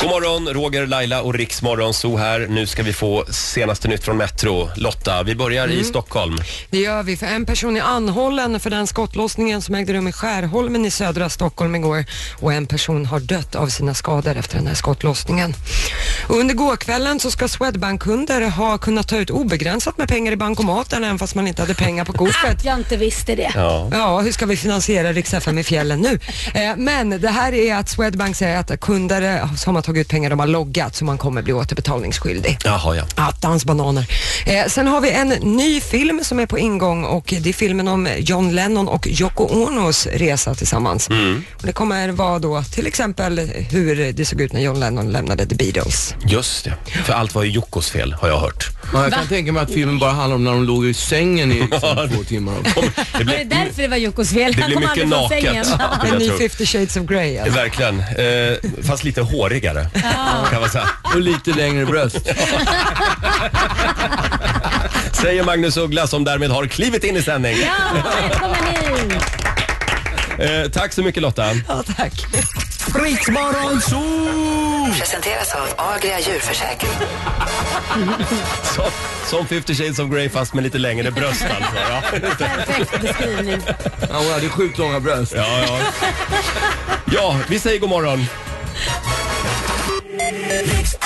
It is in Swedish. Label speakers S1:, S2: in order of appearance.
S1: God morgon, Roger, Laila och Riksmorgon Zoo här. Nu ska vi få senaste nytt från Metro. Lotta, vi börjar i Stockholm.
S2: Det gör vi, för en person är anhållen för den skottlossningen som ägde rum i Skärholmen i södra Stockholm igår och en person har dött av sina skador efter den här skottlossningen. Och under gårdkvällen så ska Swedbank-kunder ha kunnat ta ut obegränsat med pengar i bankomaten även fast man inte hade pengar på kortet.
S3: Jag inte visste det.
S1: Ja.
S2: Ja, hur ska vi finansiera Rix FM i fjällen nu? Eh, men det här är att Swedbank säger att kunder eh, som har tagit ut pengar de har loggat så man kommer bli återbetalningsskyldig.
S1: Jaha, ja.
S2: Attans bananer. Ah, Eh, sen har vi en ny film som är på ingång och det är filmen om John Lennon och Yoko Onos resa tillsammans.
S4: Mm.
S2: Och det kommer vara då till exempel hur det såg ut när John Lennon lämnade The Beatles.
S1: Just det. För allt var ju Jockos fel, har jag hört.
S4: Ja, jag kan tänka mig att filmen bara handlar om när de låg i sängen i liksom, två timmar.
S1: Det
S3: Var det därför det var Jockos fel?
S1: det
S3: Han
S1: blir
S3: kom
S1: mycket
S3: aldrig från sängen.
S1: naket. Ja,
S2: En
S1: jag
S2: ny
S1: tror.
S2: 50 shades of Grey. Alltså.
S1: Verkligen. Eh, fast lite hårigare, kan man säga.
S4: Och lite längre bröst.
S1: Säger Magnus Uggla som därmed har klivit in i sändning.
S3: Ja, välkommen in!
S1: Eh, tack så mycket Lotta.
S2: Ja, tack.
S4: Riksmorgon zoo!
S5: Presenteras av Agria djurförsäkring.
S1: Som, som 50 shades of Grey fast med lite längre bröst alltså. Ja,
S3: Perfekt beskrivning.
S4: Ja, hon hade sjukt långa bröst.
S1: ja, ja. ja vi säger god morgon.
S5: Riks